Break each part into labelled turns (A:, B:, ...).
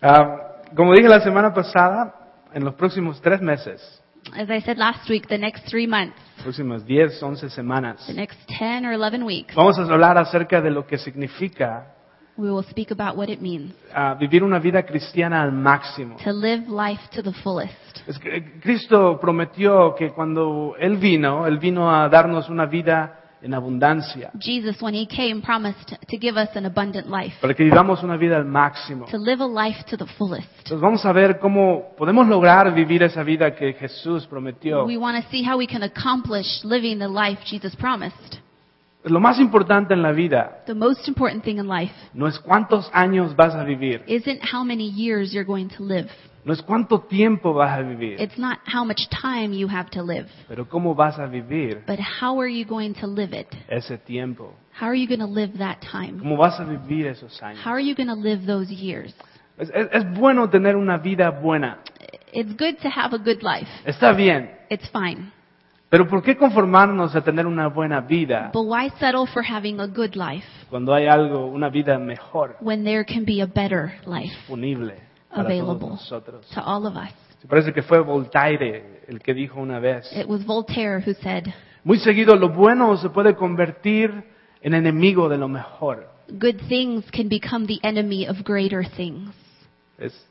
A: Ah, como dije la semana pasada, en los próximos tres meses,
B: As I said last week, the next three months,
A: próximas 10, 11 semanas,
B: the next 10 or 11 weeks,
A: vamos a hablar acerca de lo que significa
B: we will speak about what it means
A: ah, vivir una vida cristiana al máximo.
B: to live life to the fullest.
A: Es que eh, Cristo prometió que cuando Él vino, Él vino a darnos una vida en abundancia,
B: Jesus, when he came, promised to give us an abundant life,
A: para que vivamos una vida al máximo.
B: to live a life to the fullest.
A: Entonces vamos a ver cómo podemos lograr vivir esa vida que Jesús prometió.
B: We want to see how we can accomplish living the life Jesus promised.
A: Lo más importante en la vida
B: The most important thing in life
A: no es cuántos años vas a vivir,
B: isn't how many years you're going to live.
A: no es cuánto tiempo vas a vivir,
B: It's not how much time you have to live,
A: pero cómo vas a vivir
B: but how are you going to live it?
A: ese tiempo,
B: How are you going to live that time?
A: cómo vas a vivir esos años.
B: How are you going to live those years?
A: Es, es- es bueno tener una vida buena,
B: It's good to have a good life.
A: está bien,
B: It's fine.
A: pero ¿por qué conformarnos a tener una buena vida
B: But why settle for having a good life
A: cuando hay algo, una vida mejor
B: when there can be a better life
A: disponible para todos
B: Available.
A: nosotros?
B: to all of us?
A: Me Parece que fue Voltaire el que dijo una vez.
B: It was Voltaire who said,
A: Muy seguido, lo bueno se puede convertir en enemigo de lo mejor.
B: Good things can become the enemy of greater things.
A: Es-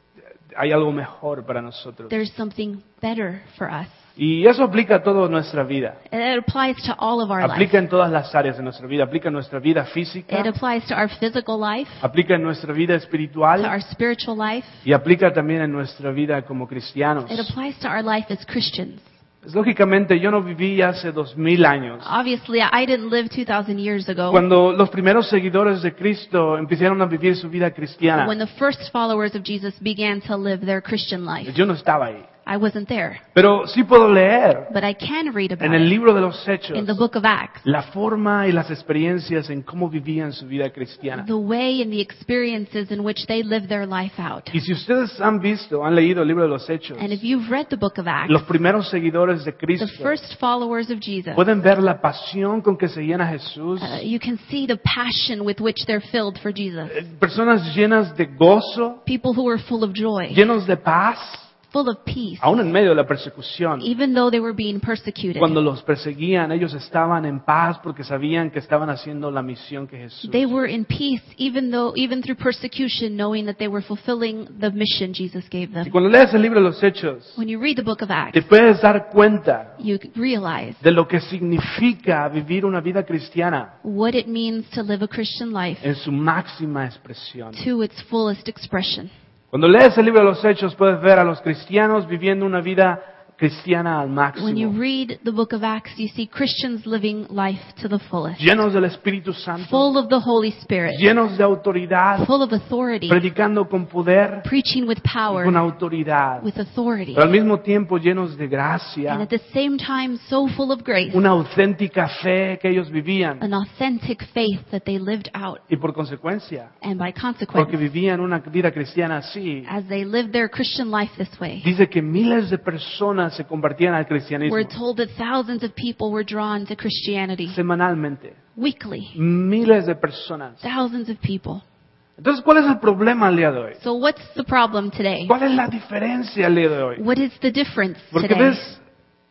A: hay algo mejor para nosotros.
B: There's something better for us.
A: Y eso aplica a toda nuestra vida.
B: And It applies to all of our life.
A: Aplica en todas las áreas de nuestra vida. Aplica en nuestra vida física,
B: It applies to our physical life,
A: aplica en nuestra vida
B: to
A: espiritual
B: our spiritual life.
A: y aplica también en nuestra vida como cristianos.
B: It applies to our life as Christians.
A: Pues, lógicamente, yo no viví hace dos mil años.
B: Obviously, I didn't live 2,000 years ago.
A: Cuando los primeros seguidores de Cristo empezaron a vivir su vida cristiana,
B: when the first followers of Jesus began to live their Christian life.
A: yo no estaba ahí.
B: I wasn't there,
A: Pero sí puedo leer
B: but I can read about
A: en el
B: it
A: libro de los Hechos
B: in the book of Acts.
A: la forma y las experiencias en cómo vivían su vida cristiana.
B: The way and the experiences in which they lived their life out.
A: Y si ustedes han visto, han leído el libro de los Hechos,
B: And if you've read the book of Acts,
A: los primeros seguidores de
B: the
A: Cristo
B: first followers of Jesus,
A: pueden ver la pasión con que seguían a Jesús,
B: uh, you can see the passion with which they're filled for Jesus.
A: eh, personas llenas de gozo,
B: People who were full of joy,
A: llenos de paz,
B: full of peace,
A: aún en medio de la persecución.
B: even though they were being persecuted.
A: Cuando los perseguían, ellos estaban en paz porque sabían que estaban haciendo la misión que Jesús.
B: They were in peace, even though, even through persecution, knowing that they were fulfilling the mission Jesus
A: Y
B: gave them.
A: cuando lees el libro de los Hechos,
B: When you read the book of Acts,
A: te puedes dar cuenta
B: you realize
A: de lo que significa vivir una vida cristiana
B: what it means to live a Christian life
A: en su máxima expresión.
B: to its fullest expression.
A: Cuando lees el libro de los Hechos puedes ver a los cristianos viviendo una vida cristiana al
B: When you
A: máximo,
B: read the book of Acts, you see Christians living life to the fullest,
A: llenos del Espíritu Santo,
B: full of the Holy Spirit,
A: llenos de autoridad,
B: full of authority,
A: predicando con poder,
B: preaching with power,
A: con autoridad,
B: with authority,
A: pero al mismo tiempo llenos de
B: and
A: gracia,
B: at the same time so full of grace,
A: una auténtica fe que ellos vivían
B: an authentic faith that they lived out,
A: y por consecuencia,
B: and by
A: porque
B: consequence,
A: vivían una vida cristiana así,
B: as they lived their Christian life this way,
A: dice que miles de personas se convertían al
B: we're
A: cristianismo
B: told that thousands of people were drawn to Christianity
A: semanalmente,
B: weekly.
A: miles de personas.
B: Thousands of people.
A: Entonces, ¿cuál es el problema al día de hoy?
B: So what's the problem today?
A: ¿Cuál es la diferencia al día de hoy?
B: What is the difference
A: Porque
B: today?
A: ves,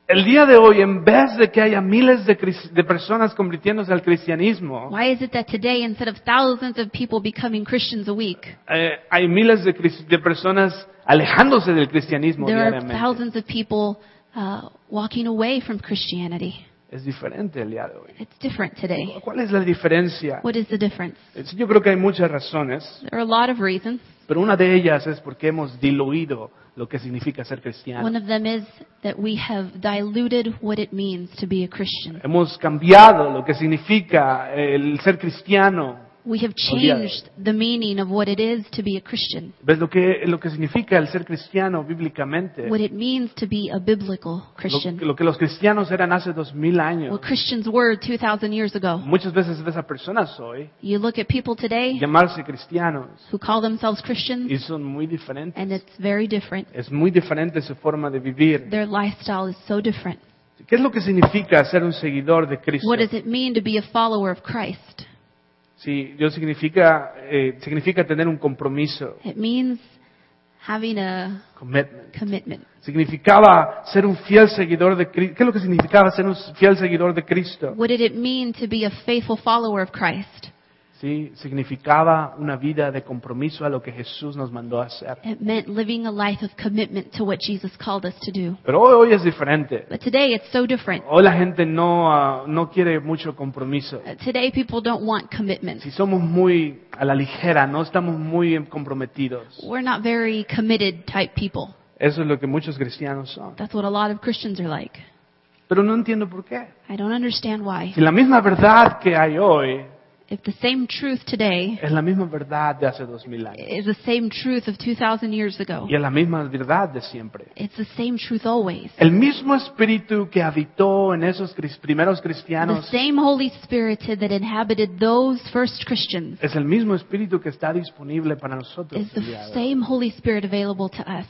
A: el día de hoy, en vez de que haya miles de, cris- de personas convirtiéndose al cristianismo,
B: Why is it that today, instead of thousands of people becoming Christians a week,
A: eh, hay miles de, cris- de personas alejándose del cristianismo
B: there are
A: diariamente.
B: thousands of people uh, walking away from Christianity?
A: Es diferente el día de hoy.
B: It's different today.
A: ¿Cuál es la diferencia?
B: What is the difference?
A: Eh, sí, Yo creo que hay muchas razones,
B: There are a lot of reasons.
A: pero una de ellas es porque hemos diluido lo que significa ser cristiano.
B: One of them is that we have diluted what it means to be a Christian.
A: Hemos cambiado lo que significa el ser cristiano
B: We have changed the meaning of what it is to be a Christian,
A: ¿Ves lo que, lo que significa el ser cristiano bíblicamente?
B: what it means to be a biblical
A: Lo,
B: Christian,
A: lo que los cristianos eran hace dos mil años.
B: what Christians were 2,000 years ago.
A: Muchas veces ves a personas hoy
B: You look at people today
A: llamarse cristianos
B: who call themselves Christians,
A: y son muy diferentes.
B: and it's very different.
A: Es muy diferente su forma de vivir.
B: Their lifestyle is so different.
A: ¿Qué es lo que significa ser un seguidor de Cristo?
B: What does it mean to be a follower of Christ?
A: Sí, yo significa, eh, significa tener un compromiso,
B: It means having a
A: Commitment.
B: commitment.
A: Significaba ser un fiel seguidor de Cristo. ¿Qué es lo que significaba ser un fiel seguidor de Cristo?
B: What did it mean to be a faithful follower of Christ?
A: Sí, significaba una vida de compromiso a lo que Jesús nos mandó a hacer.
B: It meant living a life of commitment to what Jesus called us to do.
A: Pero hoy, hoy es diferente.
B: But today it's so different.
A: Hoy la gente no, ah, no quiere mucho compromiso.
B: Uh, Today people don't want commitment.
A: Si somos muy a la ligera, no estamos muy comprometidos.
B: We're not very committed type people.
A: Eso es lo que muchos cristianos son.
B: That's what a lot of Christians are like.
A: Pero no entiendo por qué.
B: I don't understand why.
A: Si la misma verdad que hay hoy
B: If the same truth today
A: es la misma verdad de hace dos mil años
B: is the same truth of 2,000 years ago,
A: y es la misma verdad de siempre.
B: it's the same truth always.
A: El mismo espíritu que habitó en esos cris- primeros
B: The
A: cristianos
B: same Holy Spirit that inhabited those first Christians
A: es el mismo espíritu que está disponible para nosotros.
B: is
A: el día
B: the
A: de hoy.
B: same Holy Spirit available to us.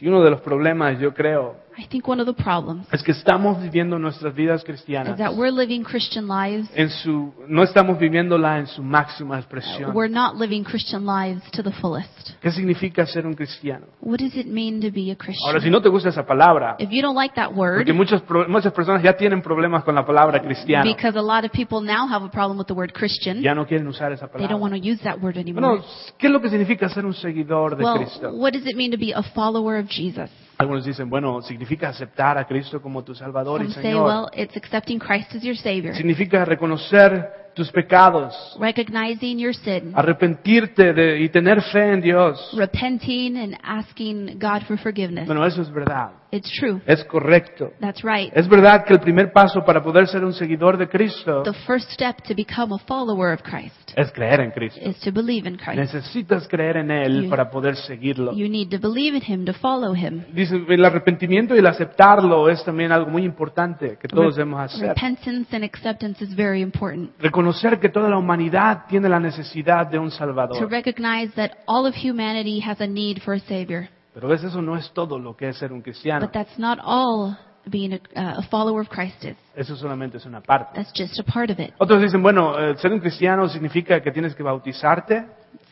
A: Y uno de los problemas, yo creo,
B: I think one of the problems
A: es que estamos viviendo nuestras vidas
B: is
A: cristianas.
B: that we're living Christian lives.
A: En su, no estamos viviéndola en su máxima expresión.
B: We're not living Christian lives to the fullest.
A: ¿Qué significa ser un cristiano?
B: What does it mean to be a
A: Ahora, si
B: Christian?
A: no te gusta esa palabra,
B: If you don't like that word,
A: porque muchas, pro- muchas personas ya tienen problemas con la palabra cristiano,
B: because a lot of people now have a problem with the word Christian,
A: ya no quieren usar esa
B: they don't want
A: palabra.
B: to use that word
A: Bueno,
B: anymore.
A: ¿qué es lo que significa ser un seguidor de
B: Well,
A: Cristo?
B: what does it mean to be a follower of Jesus?
A: Algunos dicen, bueno, significa aceptar a Cristo como tu Salvador y
B: Some say,
A: Señor.
B: well, it's accepting Christ as your Savior,
A: Significa reconocer tus pecados,
B: recognizing your sin,
A: arrepentirte de- y tener fe en Dios.
B: repenting and asking God for forgiveness.
A: Bueno, eso es verdad,
B: It's true.
A: es correcto.
B: That's right.
A: Es verdad que el primer paso para poder ser un seguidor de Cristo
B: The first step to become a follower of Christ
A: es creer en Cristo.
B: is to believe in Christ.
A: Necesitas creer en Él
B: You-
A: para poder seguirlo.
B: You need to believe in Him to follow Him.
A: Dice, el arrepentimiento y el aceptarlo es también algo muy importante que todos
B: Re-
A: debemos hacer.
B: Repentance and acceptance is very important.
A: Reconocer que toda la humanidad tiene la necesidad de un
B: To
A: Salvador.
B: recognize that all of humanity has a need for a Savior.
A: Pero a veces eso no es todo lo que es ser un cristiano.
B: But that's not all being a, uh, a follower of Christ is.
A: Eso solamente es una parte.
B: That's just a part of it.
A: Otros dicen, bueno, eh, ser un cristiano significa que tienes que bautizarte,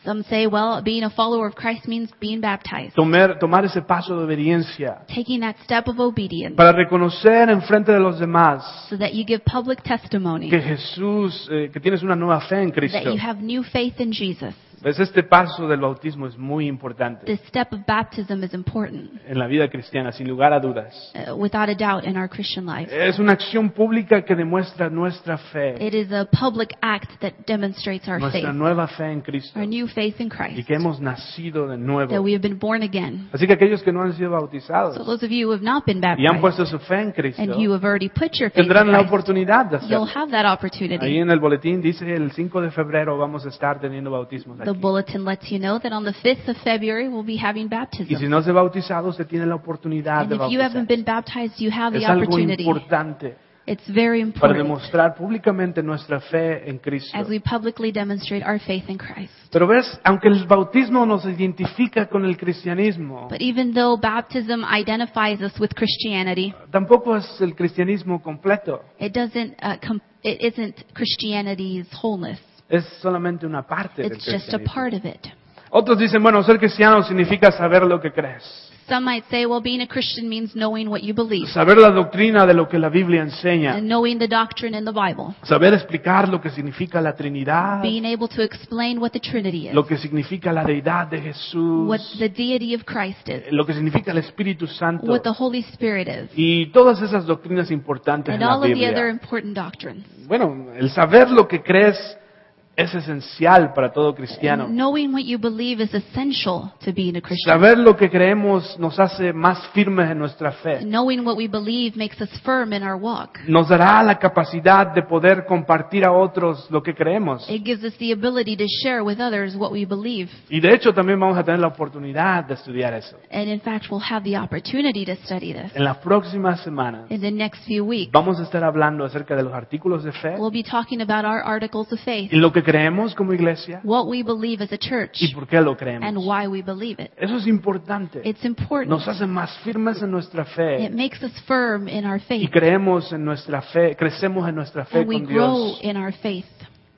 B: Some say, well, being a follower of Christ means being baptized,
A: tomar, tomar ese paso de obediencia
B: taking that step of obedience
A: para reconocer en frente de los demás
B: so that you give public testimony
A: que Jesús, eh, que tienes una nueva fe en
B: that
A: Cristo.
B: you have new faith in Jesus.
A: Pues este paso del bautismo es muy importante
B: This step of baptism is important,
A: en la vida cristiana, sin lugar a dudas.
B: uh, without a doubt, in our Christian life.
A: Es una acción pública que demuestra nuestra fe,
B: It is a public act that demonstrates our faith,
A: nuestra nueva fe en Cristo
B: our new faith in
A: y
B: Christ,
A: que hemos nacido de
B: that
A: nuevo.
B: we have been born again.
A: Así que aquellos que no han sido
B: So
A: bautizados
B: those of you who have not been
A: y han
B: baptized
A: puesto su fe en Cristo
B: and you have already put your faith in
A: tendrán la
B: Christ,
A: oportunidad de hacerlo.
B: you'll have that
A: Ahí
B: opportunity.
A: en el boletín dice el 5 de febrero vamos a estar teniendo bautismos
B: The
A: aquí.
B: bulletin lets you know that on the 5th of February we'll be having
A: Y si
B: baptism.
A: no se ha bautizado, se tiene la oportunidad
B: And
A: de
B: if you
A: bautizar.
B: haven't been baptized, you have the
A: Es algo
B: opportunity.
A: importante
B: It's very
A: para
B: important
A: demostrar públicamente nuestra fe en Cristo.
B: as we publicly demonstrate our faith in Christ.
A: Pero ves, aunque el bautismo nos identifica con el cristianismo,
B: But even though baptism identifies us with Christianity,
A: tampoco es el cristianismo completo.
B: it doesn't uh, com- it isn't Christianity's wholeness.
A: Es solamente una parte del
B: It's just a
A: cristianismo.
B: part of it.
A: Otros dicen, bueno, ser cristiano significa saber lo que crees,
B: Some might say, well, being a Christian means knowing what you believe
A: saber la doctrina de lo que la Biblia enseña,
B: and knowing the doctrine in the Bible,
A: saber explicar lo que significa la Trinidad,
B: being able to explain what the Trinity is,
A: lo que significa la deidad de
B: what
A: Jesús, eh,
B: the deity of Christ is,
A: lo que significa el Espíritu Santo
B: what the Holy Spirit is,
A: y todas esas doctrinas importantes en
B: and
A: la
B: all of the other
A: Biblia.
B: important doctrines.
A: Bueno, el saber lo que crees es esencial para todo cristiano.
B: Knowing what you believe is essential to being a Christian.
A: Saber lo que creemos nos hace más firmes en nuestra fe.
B: Knowing what we believe makes us firm in our walk.
A: Nos dará la capacidad de poder compartir a otros lo que creemos.
B: It gives us the ability to share with others what we believe.
A: Y de hecho también vamos a tener la oportunidad de estudiar eso.
B: And in fact, we'll have the opportunity to study this
A: En las próximas semanas
B: in the next few weeks.
A: vamos a estar hablando acerca de los artículos de fe
B: We'll be talking about our articles of faith,
A: y lo que creemos como iglesia
B: what we believe as a church,
A: y por qué lo
B: and
A: creemos.
B: why we believe it.
A: Eso es importante.
B: It's important.
A: Nos hace más firmes en nuestra
B: It
A: fe
B: makes us firm in our
A: y
B: faith,
A: creemos en nuestra fe, crecemos en nuestra fe
B: and we
A: con
B: grow
A: Dios.
B: in our faith.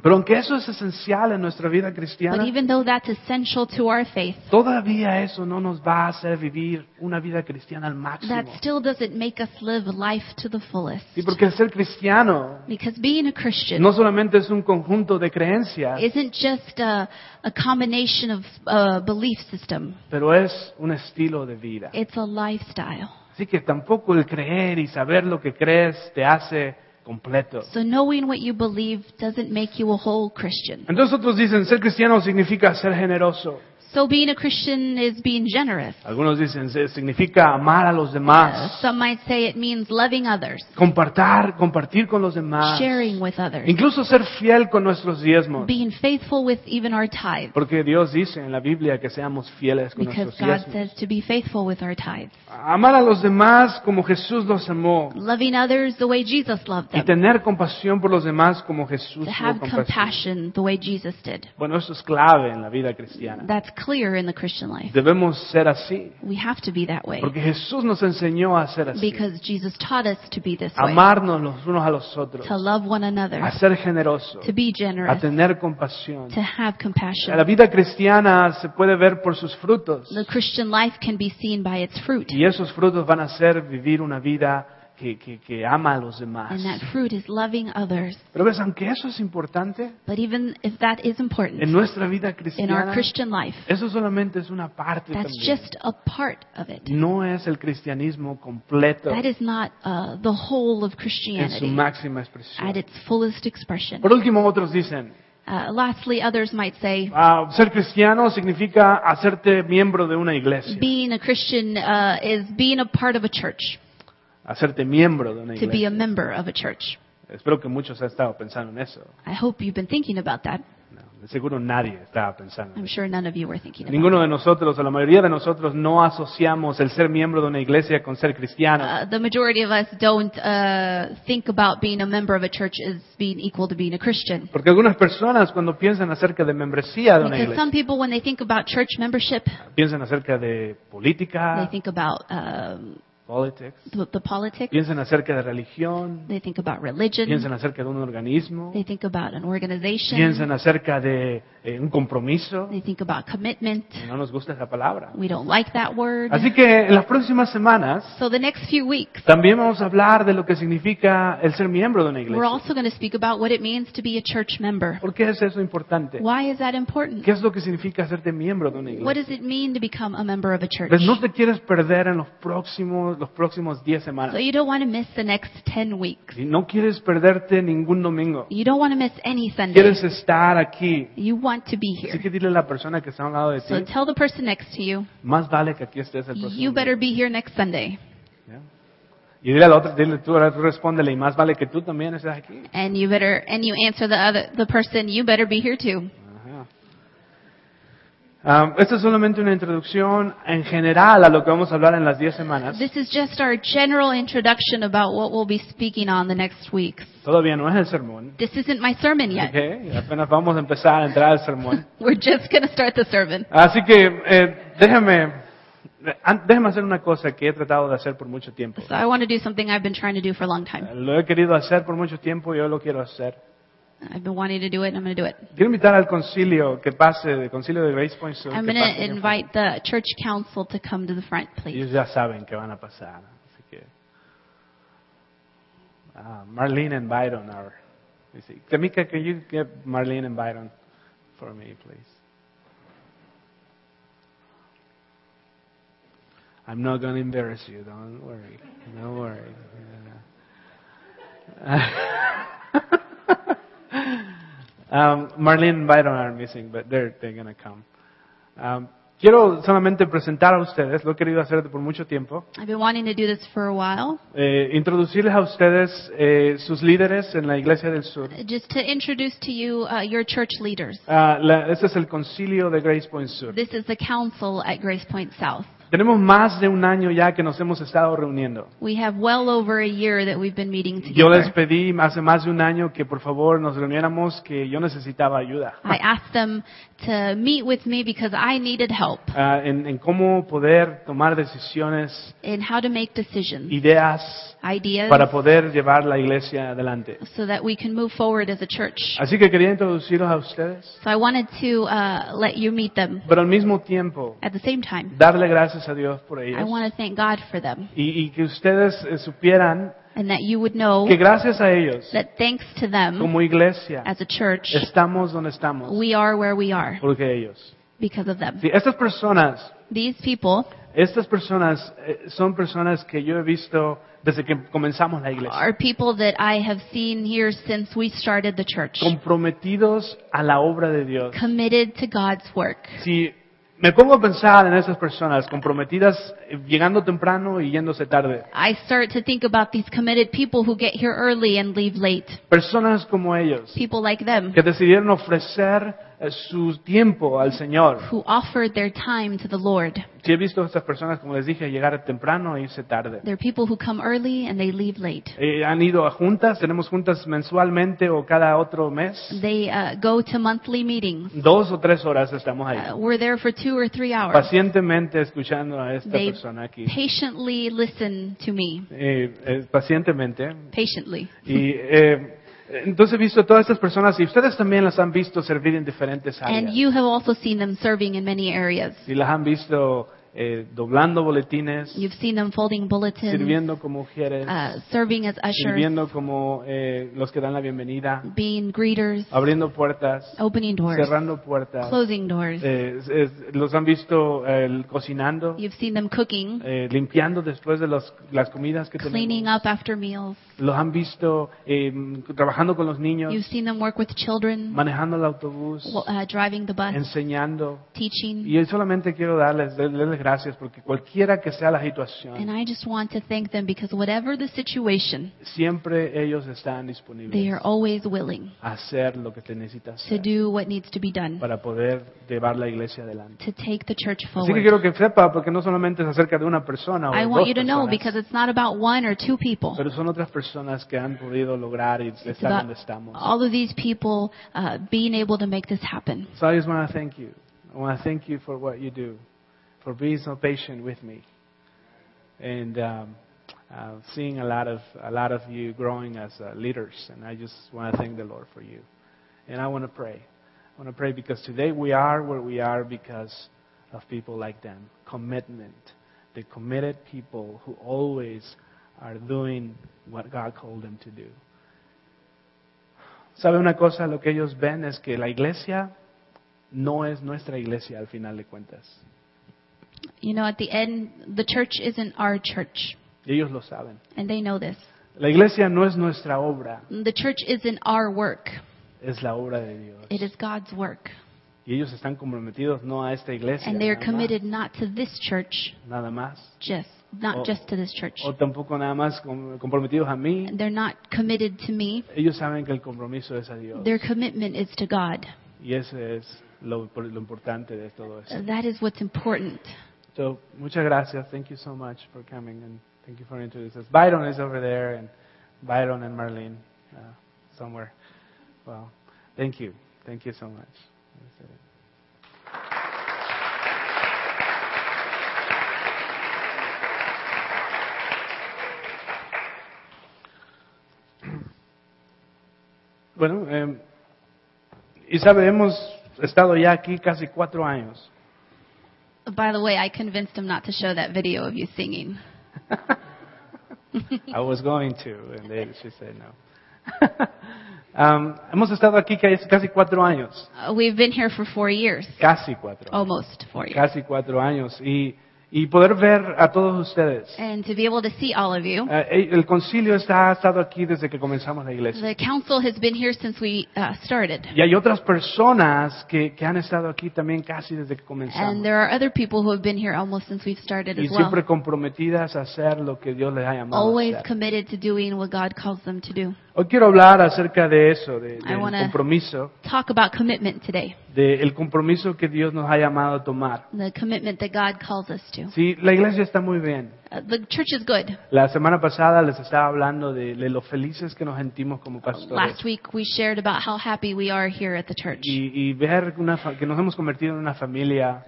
A: Pero aunque eso es esencial en nuestra vida
B: But
A: cristiana,
B: even though that's essential to our faith,
A: todavía eso no nos va a hacer vivir una vida cristiana al
B: that
A: máximo.
B: still doesn't make us live life to the fullest.
A: Y porque ser cristiano
B: Because being a Christian
A: no solamente es un conjunto de creencias,
B: isn't just a, a combination of uh, belief system.
A: pero es un estilo de vida.
B: It's a lifestyle.
A: Así que tampoco el creer y saber lo que crees te hace completo.
B: So knowing what you believe doesn't make you a whole Christian.
A: Entonces otros dicen, ser cristiano significa ser generoso.
B: So being a Christian is being generous.
A: Algunos dicen, "Se- significa amar a los
B: Uh,
A: demás,
B: Some might say it means loving others,
A: compartir, compartir con los demás,
B: sharing with others,
A: incluso ser fiel con nuestros diezmos.
B: being faithful with even our tithes,
A: Porque Dios dice en la Biblia que seamos fieles con
B: because
A: nuestros
B: God
A: diezmos.
B: says to be faithful with our tithes,
A: Amar a los demás como Jesús los amó
B: loving others the way Jesus loved
A: y
B: them,
A: tener compasión por los demás como Jesús
B: to
A: tuvo
B: have
A: compasión.
B: compassion the way Jesus did.
A: Bueno, eso es clave en la vida cristiana.
B: That's clear in the Christian life.
A: Debemos ser así,
B: We have to be that way
A: porque Jesús nos enseñó a ser así.
B: because Jesus taught us to be this way,
A: Amarnos los unos a los otros,
B: to love one another,
A: a ser generosos,
B: to be
A: a
B: generous,
A: tener compasión.
B: to have compassion.
A: La vida cristiana se puede ver por sus frutos
B: The Christian life can be seen by its fruit,
A: y esos frutos van a ser vivir una vida que, que- que ama a los demás.
B: and that fruit is loving others.
A: Pero ves, aunque eso es importante
B: But even if that is
A: en
B: important
A: nuestra vida
B: in our
A: cristiana,
B: Christian life,
A: eso solamente es una parte
B: that's
A: también.
B: just a part of it.
A: No es el cristianismo completo
B: That is not uh, the whole
A: en
B: of
A: su
B: Christianity
A: máxima
B: at
A: expresión.
B: its fullest expression.
A: Por último, otros dicen,
B: Uh, lastly, others might say
A: ah, ser cristiano significa hacerte miembro de una iglesia.
B: being a Christian uh, is being a part of a church,
A: Hacerte miembro de una
B: to be a
A: iglesia.
B: member of a church.
A: Espero que muchos han estado pensando en eso.
B: I hope you've been thinking about that.
A: No, de seguro nadie estaba pensando. en
B: I'm
A: eso.
B: sure none of you were thinking about
A: Ninguno de nosotros, o la mayoría de nosotros, no asociamos el ser miembro de una iglesia con ser
B: it.
A: cristiano.
B: Uh, the majority of us don't uh, think about being a member of a church as being equal to being a Christian.
A: Porque algunas personas cuando piensan acerca de membresía de una
B: Because some
A: iglesia,
B: people, when they think about church membership,
A: piensan acerca de
B: they
A: política,
B: think about um,
A: politics,
B: the, the politics,
A: piensan acerca de religión,
B: they think about religion,
A: piensan acerca de un organismo,
B: They think about an organization.
A: piensan acerca de eh, un compromiso.
B: They think about commitment.
A: No nos gusta esa palabra.
B: We don't like that word.
A: Así que en las próximas semanas
B: So the next few weeks,
A: también vamos a hablar de lo que significa el ser miembro de una
B: we're
A: iglesia.
B: also going to speak about what it means to be a church member.
A: ¿Por qué es eso importante?
B: Why is that important?
A: ¿Qué es lo que significa hacerte miembro de una
B: What
A: iglesia?
B: does it mean to become a member of a church?
A: Pues no te quieres perder en los próximos los próximos 10
B: So
A: semanas.
B: you don't want to miss the next 10 weeks.
A: Y no quieres perderte ningún domingo.
B: You don't want to miss any Sunday.
A: Quieres estar aquí.
B: You want to be
A: Así
B: here.
A: que dile a la persona que está al lado de
B: So
A: ti,
B: tell the person next to you,
A: más vale que aquí estés el próximo.
B: you better
A: domingo.
B: be here next Sunday.
A: ¿Ya? Y dile a la otra, dile tú, ahora tú respóndele y más vale que tú también estés aquí.
B: And you better, and you answer the other, the person, you better be here too.
A: Ajá. Ah, esta es solamente una introducción en general a lo que vamos a hablar en las 10 semanas.
B: This is just our general introduction about what we'll be speaking on the next weeks.
A: Todavía no es el sermón.
B: This isn't my sermon yet.
A: Ok, apenas vamos a empezar a entrar al sermón.
B: We're just going to start the sermon.
A: Así que eh, déjame, an- déjame hacer una cosa que he tratado de hacer por mucho tiempo.
B: So I want to do something I've been trying to do for a long time.
A: Lo he querido hacer por mucho tiempo y hoy lo quiero hacer.
B: I've been wanting to do it, and I'm going to do it.
A: Quiero invitar al concilio que pase, del concilio de Grace Point Sur,
B: I'm
A: que
B: going
A: pase
B: to
A: aquí
B: invite the church council to come to the front,
A: enfrente.
B: please.
A: Ellos ya saben que van a pasar. Así que, Ah, Marlene and Byron are. dice, Tamika, can you get Marlene and Byron for me, please? I'm not going to embarrass you. Don't worry. Don't worry. Yeah. um, Marlene and Byron are missing, but they're, they're going to come. Um, quiero solamente presentar a ustedes, lo he querido hacer por mucho tiempo,
B: I've been wanting to do this for a while,
A: eh, introducirles a ustedes eh, sus líderes en la Iglesia del Sur.
B: just to introduce to you uh, your church leaders.
A: Ah, la- este es el concilio de Grace Point Sur.
B: This is the council at Grace Point South.
A: Tenemos más de un año ya que nos hemos estado reuniendo.
B: We have well over a year that we've been meeting
A: Yo les
B: together.
A: pedí hace más de un año que por favor nos reuniéramos, que yo necesitaba ayuda
B: I asked them to meet with me because I needed help
A: ah, en, en cómo poder tomar decisiones,
B: in how to make decisions,
A: ideas
B: ideas,
A: para poder llevar la iglesia adelante.
B: so that we can move forward as a church.
A: Así que quería introducirlos a ustedes,
B: So I wanted to uh, let you meet them
A: pero al mismo tiempo
B: at the same time.
A: darle gracias a Dios por ellos
B: I want to thank God for them
A: y, y que ustedes eh, supieran
B: and that you would know
A: que gracias a ellos,
B: that thanks to them
A: como iglesia,
B: as a church,
A: estamos donde estamos
B: we are where we are
A: porque ellos.
B: because of them.
A: Sí, estas personas
B: These people
A: Estas personas eh, son personas que yo he visto desde que comenzamos la iglesia,
B: are people that I have seen here since we started the church,
A: comprometidos a la obra de Dios.
B: committed to God's work.
A: Si me pongo a pensar en esas personas comprometidas, eh, llegando temprano y yéndose tarde,
B: I start to think about these committed people who get here early and leave late.
A: personas como ellos,
B: People like them
A: que decidieron ofrecer eh, su tiempo al Señor.
B: who offered their time to the Lord.
A: Si he visto a estas personas, como les dije, llegar temprano e irse tarde.
B: They're people who come early and they leave late.
A: Eh, han ido a juntas, tenemos juntas mensualmente o cada otro mes,
B: They uh, go to monthly meetings.
A: dos o tres horas estamos ahí.
B: Uh, we're there for two or three hours.
A: pacientemente escuchando a esta
B: They
A: persona aquí,
B: patiently listen to me.
A: Eh, eh, pacientemente.
B: Patiently.
A: Y eh, entonces he visto a todas estas personas y ustedes también las han visto servir en diferentes
B: And
A: áreas.
B: you have also seen them serving in many areas.
A: Y las han visto eh, doblando boletines,
B: You've seen them folding bulletins,
A: sirviendo como mujeres,
B: uh, serving as ushers,
A: sirviendo como eh, los que dan la bienvenida,
B: being greeters,
A: abriendo puertas,
B: opening doors,
A: cerrando puertas.
B: closing doors.
A: Eh, es- es- los han visto eh, cocinando,
B: You've seen them cooking,
A: eh, limpiando después de los- las comidas que tenemos.
B: cleaning up after meals.
A: Los han visto eh, trabajando con los niños,
B: You've seen them work with children,
A: manejando el autobús,
B: w- uh, driving the bus,
A: enseñando.
B: teaching.
A: Y yo solamente quiero darles, darles gracias porque cualquiera que sea la
B: And
A: situación,
B: I just want to thank them because whatever the situation,
A: siempre ellos están
B: they are
A: disponibles
B: always willing
A: a hacer lo que te necesitas
B: to
A: hacer
B: do what needs to be done
A: para poder llevar la iglesia adelante.
B: to take the church
A: Así que
B: forward.
A: quiero que sepa, porque no solamente es acerca de una persona o
B: I
A: dos
B: want you to know
A: personas,
B: because it's not about one or two people.
A: pero son otras personas que han podido lograr y
B: It's
A: estar
B: about
A: donde estamos.
B: all of these people uh, being able to make this happen.
A: So I just want to thank you. I want to thank you for what you do, for being so patient with me, and um, uh, seeing a lot of a lot of you growing as uh, leaders. And I just want to thank the Lord for you. And I want to pray. I want to pray because today we are where we are because of people like them. Commitment, the committed people who always are doing what God called them to do. ¿Sabe una cosa? Lo que ellos ven es que la iglesia no es nuestra iglesia al final de cuentas.
B: You know, at the end, the church isn't our church,
A: Y ellos lo saben.
B: and they know this.
A: La iglesia no es nuestra obra,
B: The church isn't our work,
A: es la obra de Dios.
B: it is God's work.
A: Y ellos están comprometidos no a esta iglesia,
B: And they are
A: nada más,
B: committed not to this church,
A: nada más.
B: just
A: Oh.
B: not just to this church.
A: O tampoco nada más com- comprometidos a mí.
B: They're not committed to me.
A: Ellos saben que el compromiso es a Dios.
B: Their commitment is to God.
A: Y ese es lo, por- lo importante de todo esto.
B: That is what's important.
A: So, muchas gracias. Thank you so much for coming and thank you for introducing us. Byron is over there and Byron and Marlene uh, somewhere. Well, thank you. Thank you so much. Bueno, eh, y sabe, hemos estado ya aquí casi cuatro años.
B: By the way, I convinced him not to show that video of you singing.
A: I was going to, and then she said no. Um, hemos estado aquí ca- casi cuatro años,
B: Uh, we've been here for four years,
A: casi cuatro,
B: almost four years.
A: casi cuatro años, y, y poder ver a todos ustedes.
B: And to be able to see all of you.
A: Eh, eh, el concilio está, ha estado aquí desde que comenzamos la iglesia.
B: The council has been here since we uh, started.
A: Y hay otras personas que, que han estado aquí también casi desde que
B: And
A: comenzamos.
B: there are other people who have been here almost since we've started
A: Y
B: as well.
A: siempre comprometidas a hacer lo que Dios les ha llamado. a
B: Always
A: hacer.
B: committed to doing what God calls them to do.
A: Hoy quiero hablar acerca de eso, de- del
B: wanna-
A: compromiso,
B: Talk about commitment today.
A: del compromiso que Dios nos ha llamado a tomar.
B: The commitment that God calls us to.
A: Sí, la iglesia está muy bien.
B: Uh, the church is good.
A: La semana pasada les estaba hablando de, de lo felices que nos sentimos como pastores.
B: Last week we shared about how happy we are here at the church.
A: Y, y ver una fa- que nos hemos convertido en una familia,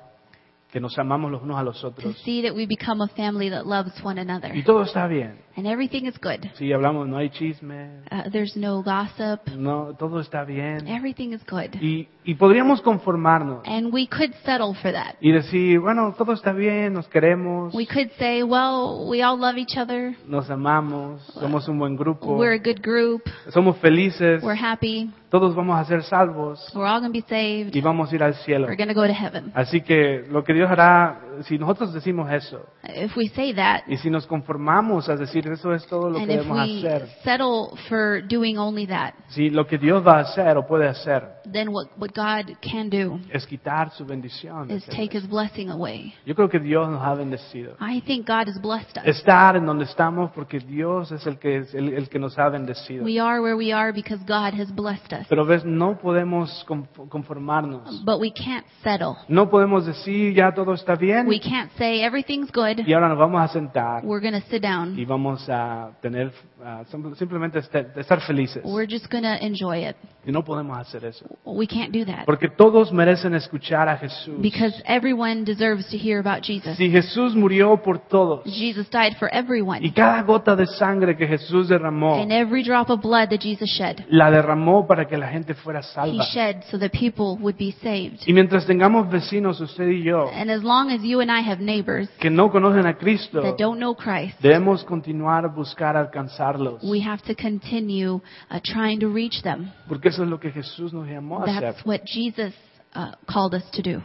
A: que nos amamos los unos a los
B: To
A: otros.
B: see that we become a family that loves one another.
A: Y todo está bien.
B: And everything is good.
A: Sí, hablamos, no hay chisme,
B: Uh, there's no gossip.
A: no, todo está bien.
B: Everything is good.
A: Y, y podríamos conformarnos
B: And we could settle for that.
A: y decir, bueno, todo está bien, nos queremos,
B: We could say, well, we all love each other.
A: nos amamos, somos un buen grupo,
B: We're a good group.
A: somos felices,
B: We're happy.
A: todos vamos a ser salvos
B: We're all going to be saved.
A: y vamos a ir al cielo.
B: We're going to go to heaven.
A: Así que lo que Dios hará, si nosotros decimos eso,
B: If we say that,
A: y si nos conformamos a decir eso es todo lo que
B: and if
A: debemos
B: we
A: hacer,
B: settle for doing only that,
A: si lo que Dios va a hacer o puede hacer
B: then what, what God can do
A: es quitar su bendición. de
B: is
A: ser
B: take His blessing away.
A: Yo creo que Dios nos ha bendecido.
B: I think God has blessed us.
A: Estar en donde estamos porque Dios es el que, es el, el que nos ha bendecido.
B: We are where we are because God has blessed us.
A: Pero ves, no podemos conf- conformarnos.
B: But we can't settle.
A: No podemos decir ya todo está bien
B: We can't say everything's good.
A: y ahora nos vamos a sentar
B: We're going to sit
A: y
B: down.
A: vamos a tener, ah, sim- simplemente este- estar felices.
B: We're just going to enjoy it.
A: Y no podemos hacer eso.
B: We can't do that
A: Porque todos merecen escuchar a Jesús.
B: because everyone deserves to hear about Jesus.
A: Si Jesús murió por todos
B: Jesus died for
A: y
B: everyone.
A: cada gota de sangre que Jesús derramó,
B: And every drop of blood that Jesus shed,
A: la derramó para que la gente fuera
B: he
A: salva.
B: shed so that people would be saved.
A: Y mientras tengamos vecinos, usted y yo,
B: And as long as you and I have neighbors
A: que no conocen a Cristo,
B: that don't know Christ,
A: debemos continuar a buscar alcanzarlos.
B: we have to continue uh, trying to reach them.
A: Porque eso es lo que Jesús nos llamó a hacer.
B: That's what Jesus uh, called us to do.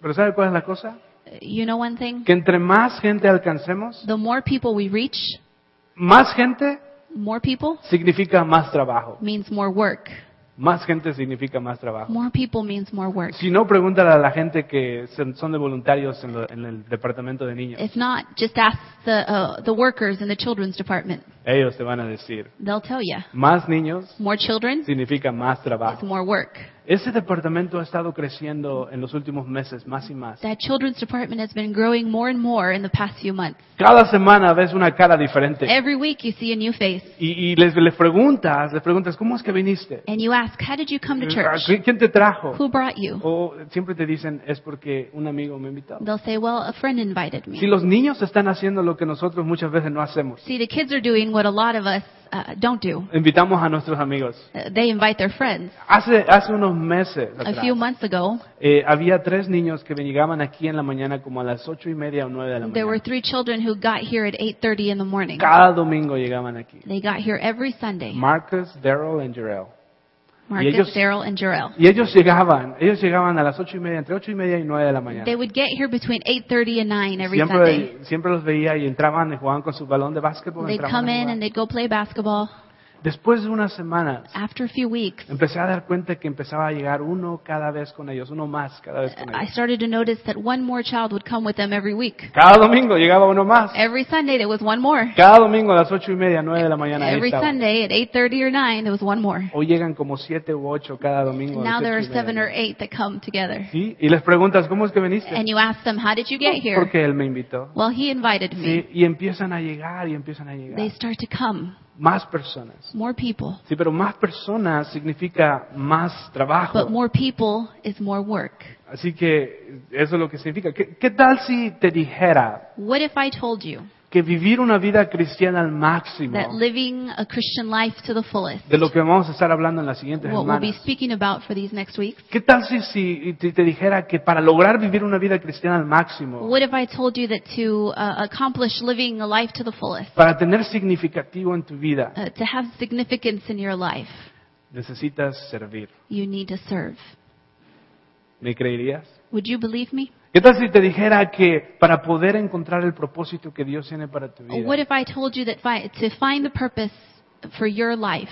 A: Pero ¿sabe cuál es la cosa?
B: You know one thing?
A: Que entre más gente alcancemos,
B: The more people we reach,
A: más gente
B: more people
A: significa más trabajo.
B: means more work.
A: Más gente significa más trabajo.
B: More people means more work.
A: Si no, pregúntale a la gente que son son de voluntarios en, lo- en el departamento de niños.
B: If not, just ask the uh, the workers in the children's department.
A: Ellos te van a decir,
B: They'll tell you.
A: más niños
B: More children
A: significa más
B: is
A: trabajo.
B: more work.
A: Ese departamento ha estado creciendo en los últimos meses más y más.
B: That children's department has been growing more and more in the past few months.
A: Cada semana ves una cara diferente
B: Every week you see a new face
A: y, y les, les preguntas, les preguntas, ¿cómo es que viniste?
B: and you ask, "How did you come
A: Ah,
B: to Eh, church?
A: ¿qui- ¿Quién te trajo?
B: Who brought you?"
A: O siempre te dicen, es porque un amigo me invitó.
B: They'll say, "Well, a friend invited
A: Si
B: me."
A: los niños están haciendo lo que nosotros muchas veces no hacemos,
B: See, the kids are doing what a lot of us uh, don't do.
A: invitamos a nuestros amigos.
B: Uh, They invite their friends.
A: Hace, hace unos meses atrás,
B: A few months ago,
A: eh, había tres niños que llegaban aquí en la mañana como a las ocho y media o nueve de la
B: There were
A: mañana.
B: three children who got here at 8:30 in the morning.
A: Cada domingo llegaban aquí.
B: They got here every Sunday.
A: Marcus, Daryl y Jarrell. ellos-
B: Marcus, Daryl, and Jarrell.
A: Y ellos llegaban, ellos llegaban a las ocho y media, entre ocho y media y nueve de la mañana.
B: They would get here between 8:30 and 9 every Sunday.
A: Siempre, siempre los veía y entraban y jugaban con su balón de básquetbol.
B: They'd
A: entraban
B: come
A: a
B: in
A: jugar.
B: and they'd go play basketball.
A: Después de unas semanas,
B: After a few weeks,
A: empecé a dar cuenta que empezaba a llegar uno cada vez con ellos, uno más cada vez con
B: I
A: ellos.
B: started to notice that one more child would come with them every week.
A: Cada domingo llegaba uno más.
B: Every Sunday there was one more.
A: Cada domingo a las ocho y media, nueve de la mañana. ahí
B: Every
A: estaban.
B: Sunday at 8:30 or 9 there was one more.
A: Hoy llegan como siete u ocho cada domingo. a las
B: Now there are
A: ocho y media.
B: seven or eight that come together.
A: Sí, y les preguntas, ¿cómo es que viniste?
B: And you ask them, "How did you get here?"
A: Porque él me invitó.
B: Well, he invited
A: Sí,
B: me.
A: y empiezan a llegar y empiezan a
B: They
A: llegar.
B: start to come.
A: Más personas.
B: More people.
A: Sí, pero más personas significa más
B: But
A: trabajo.
B: more people is more work.
A: Así que eso es lo que significa. ¿Qué, qué tal si te dijera
B: What if I told you
A: que vivir una vida cristiana al máximo
B: that living a Christian life to the fullest,
A: de lo que vamos a estar hablando en las siguientes
B: what we'll be
A: semanas?
B: speaking about for these next weeks,
A: ¿Qué tal si, si te, te dijera que para lograr vivir una vida cristiana al máximo,
B: what if I told you that to uh, accomplish living a life to the fullest,
A: para tener significativo en tu vida,
B: uh, to have significance in your life,
A: necesitas servir?
B: you need to serve?
A: ¿Me creerías?
B: Would you believe me?
A: ¿Qué tal si te dijera que para poder encontrar el propósito que Dios tiene para tu
B: Or what
A: vida,
B: if I told you that fi- to find the purpose for your life,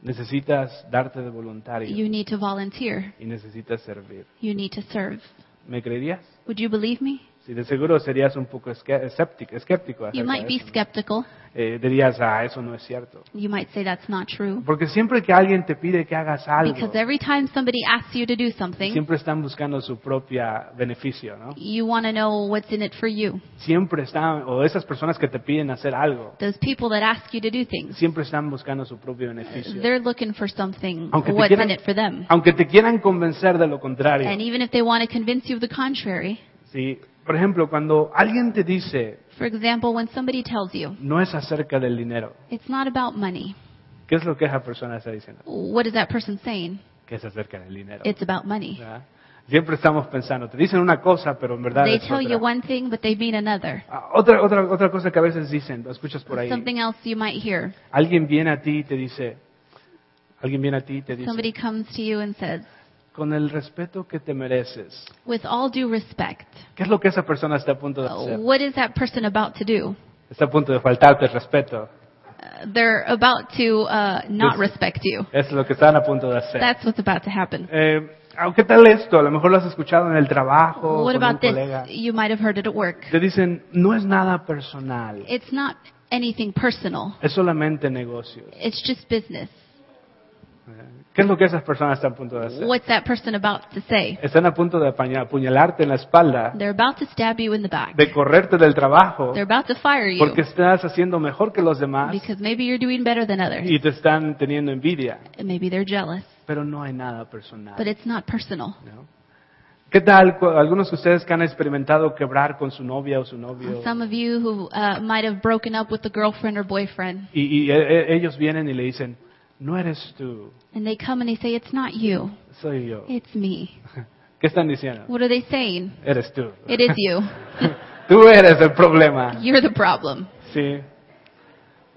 A: necesitas darte de voluntario
B: you need to volunteer,
A: y necesitas servir?
B: you need to serve?
A: ¿Me creerías?
B: Would you believe me?
A: Si de seguro serías un poco esque- escéptico, escéptico
B: You
A: acerca
B: might
A: de
B: be
A: eso, ¿no?
B: skeptical.
A: Eh, dirías, ah, eso no es cierto.
B: You might say that's not true.
A: Porque siempre que alguien te pide que hagas algo,
B: Because every time somebody asks you to do something,
A: siempre están buscando su propia beneficio, ¿no?
B: you want to know what's in it for you.
A: Siempre están, o esas personas que te piden hacer algo,
B: Those people that ask you to do things,
A: siempre están buscando su propio beneficio.
B: they're um, looking for something,
A: Aunque te,
B: what's in
A: quieran,
B: it for them.
A: aunque te quieran convencer de lo contrario.
B: And even if they want to convince you of the contrary,
A: ¿sí? Por ejemplo, cuando alguien te dice,
B: for example, when somebody tells you,
A: no es acerca del dinero,
B: it's not about money,
A: ¿qué es lo que esa persona está diciendo?
B: what is that person saying?
A: Que es acerca del dinero.
B: It's about money.
A: ¿verdad? Siempre estamos pensando, te dicen una cosa, pero en verdad
B: They
A: es
B: tell you
A: otra.
B: one thing, but they mean another.
A: Ah, Otra, otra, otra cosa que a veces dicen, lo escuchas por ahí.
B: Something else you might hear.
A: Alguien viene a ti y te dice, alguien viene a ti y te dice,
B: Somebody comes to you and says,
A: con el respeto que te mereces,
B: with all due respect,
A: ¿qué es lo que esa persona está a punto de hacer?
B: Oh, what is that person about to do?
A: Está a punto de faltarte el respeto.
B: Uh, They're about to uh, not
A: This-
B: respect you.
A: Es lo que están a punto de hacer.
B: That's what's about to happen.
A: Eh, ah, ¿Qué tal esto? A lo mejor lo has escuchado en el trabajo,
B: What
A: con un
B: about this?
A: colega.
B: You might have heard it at work.
A: Te dicen, no es nada personal,
B: It's not anything personal.
A: es solamente negocios.
B: It's just business.
A: ¿Qué es lo que esas personas están a punto de hacer?
B: What's that person about to say?
A: Están a punto de apaña- apuñalarte en la espalda,
B: They're about to stab you in the back.
A: de correrte del trabajo,
B: They're about to fire you
A: porque estás haciendo mejor que los demás
B: because maybe you're doing better than others.
A: y te están teniendo envidia,
B: And Maybe they're jealous,
A: pero no hay nada
B: but
A: personal.
B: it's not personal.
A: ¿no? ¿Qué tal cu- algunos de ustedes que han experimentado quebrar con su novia o su novio?
B: Some of you who uh, might have broken up with a girlfriend or boyfriend,
A: Y, y e- e- ellos vienen y le dicen, no eres tú,
B: and they come and they say, It's not you,
A: soy yo.
B: it's me.
A: ¿Qué están diciendo?
B: What are they saying?
A: Eres tú.
B: It is you.
A: tú eres el problema.
B: You're the problem.
A: Sí.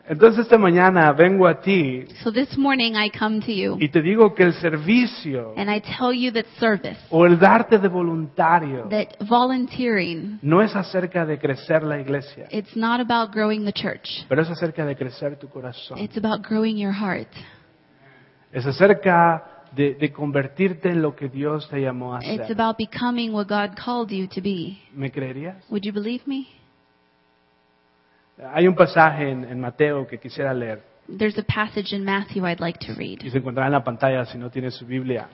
A: Entonces esta mañana vengo a ti
B: So this morning I come to you
A: y te digo que el servicio
B: and I tell you that service,
A: o el darte de voluntario
B: that volunteering,
A: no es acerca de crecer la iglesia,
B: it's not about growing the church.
A: pero es acerca de crecer tu corazón.
B: It's about growing your heart.
A: Es acerca de, de convertirte en lo que Dios te llamó a
B: It's
A: hacer.
B: about becoming what God called you to be.
A: ¿Me creerías?
B: Would you believe me?
A: Hay un pasaje en- en Mateo que quisiera leer.
B: There's a passage in Matthew I'd like to read.
A: y se encontrará en la pantalla si no tiene su Biblia.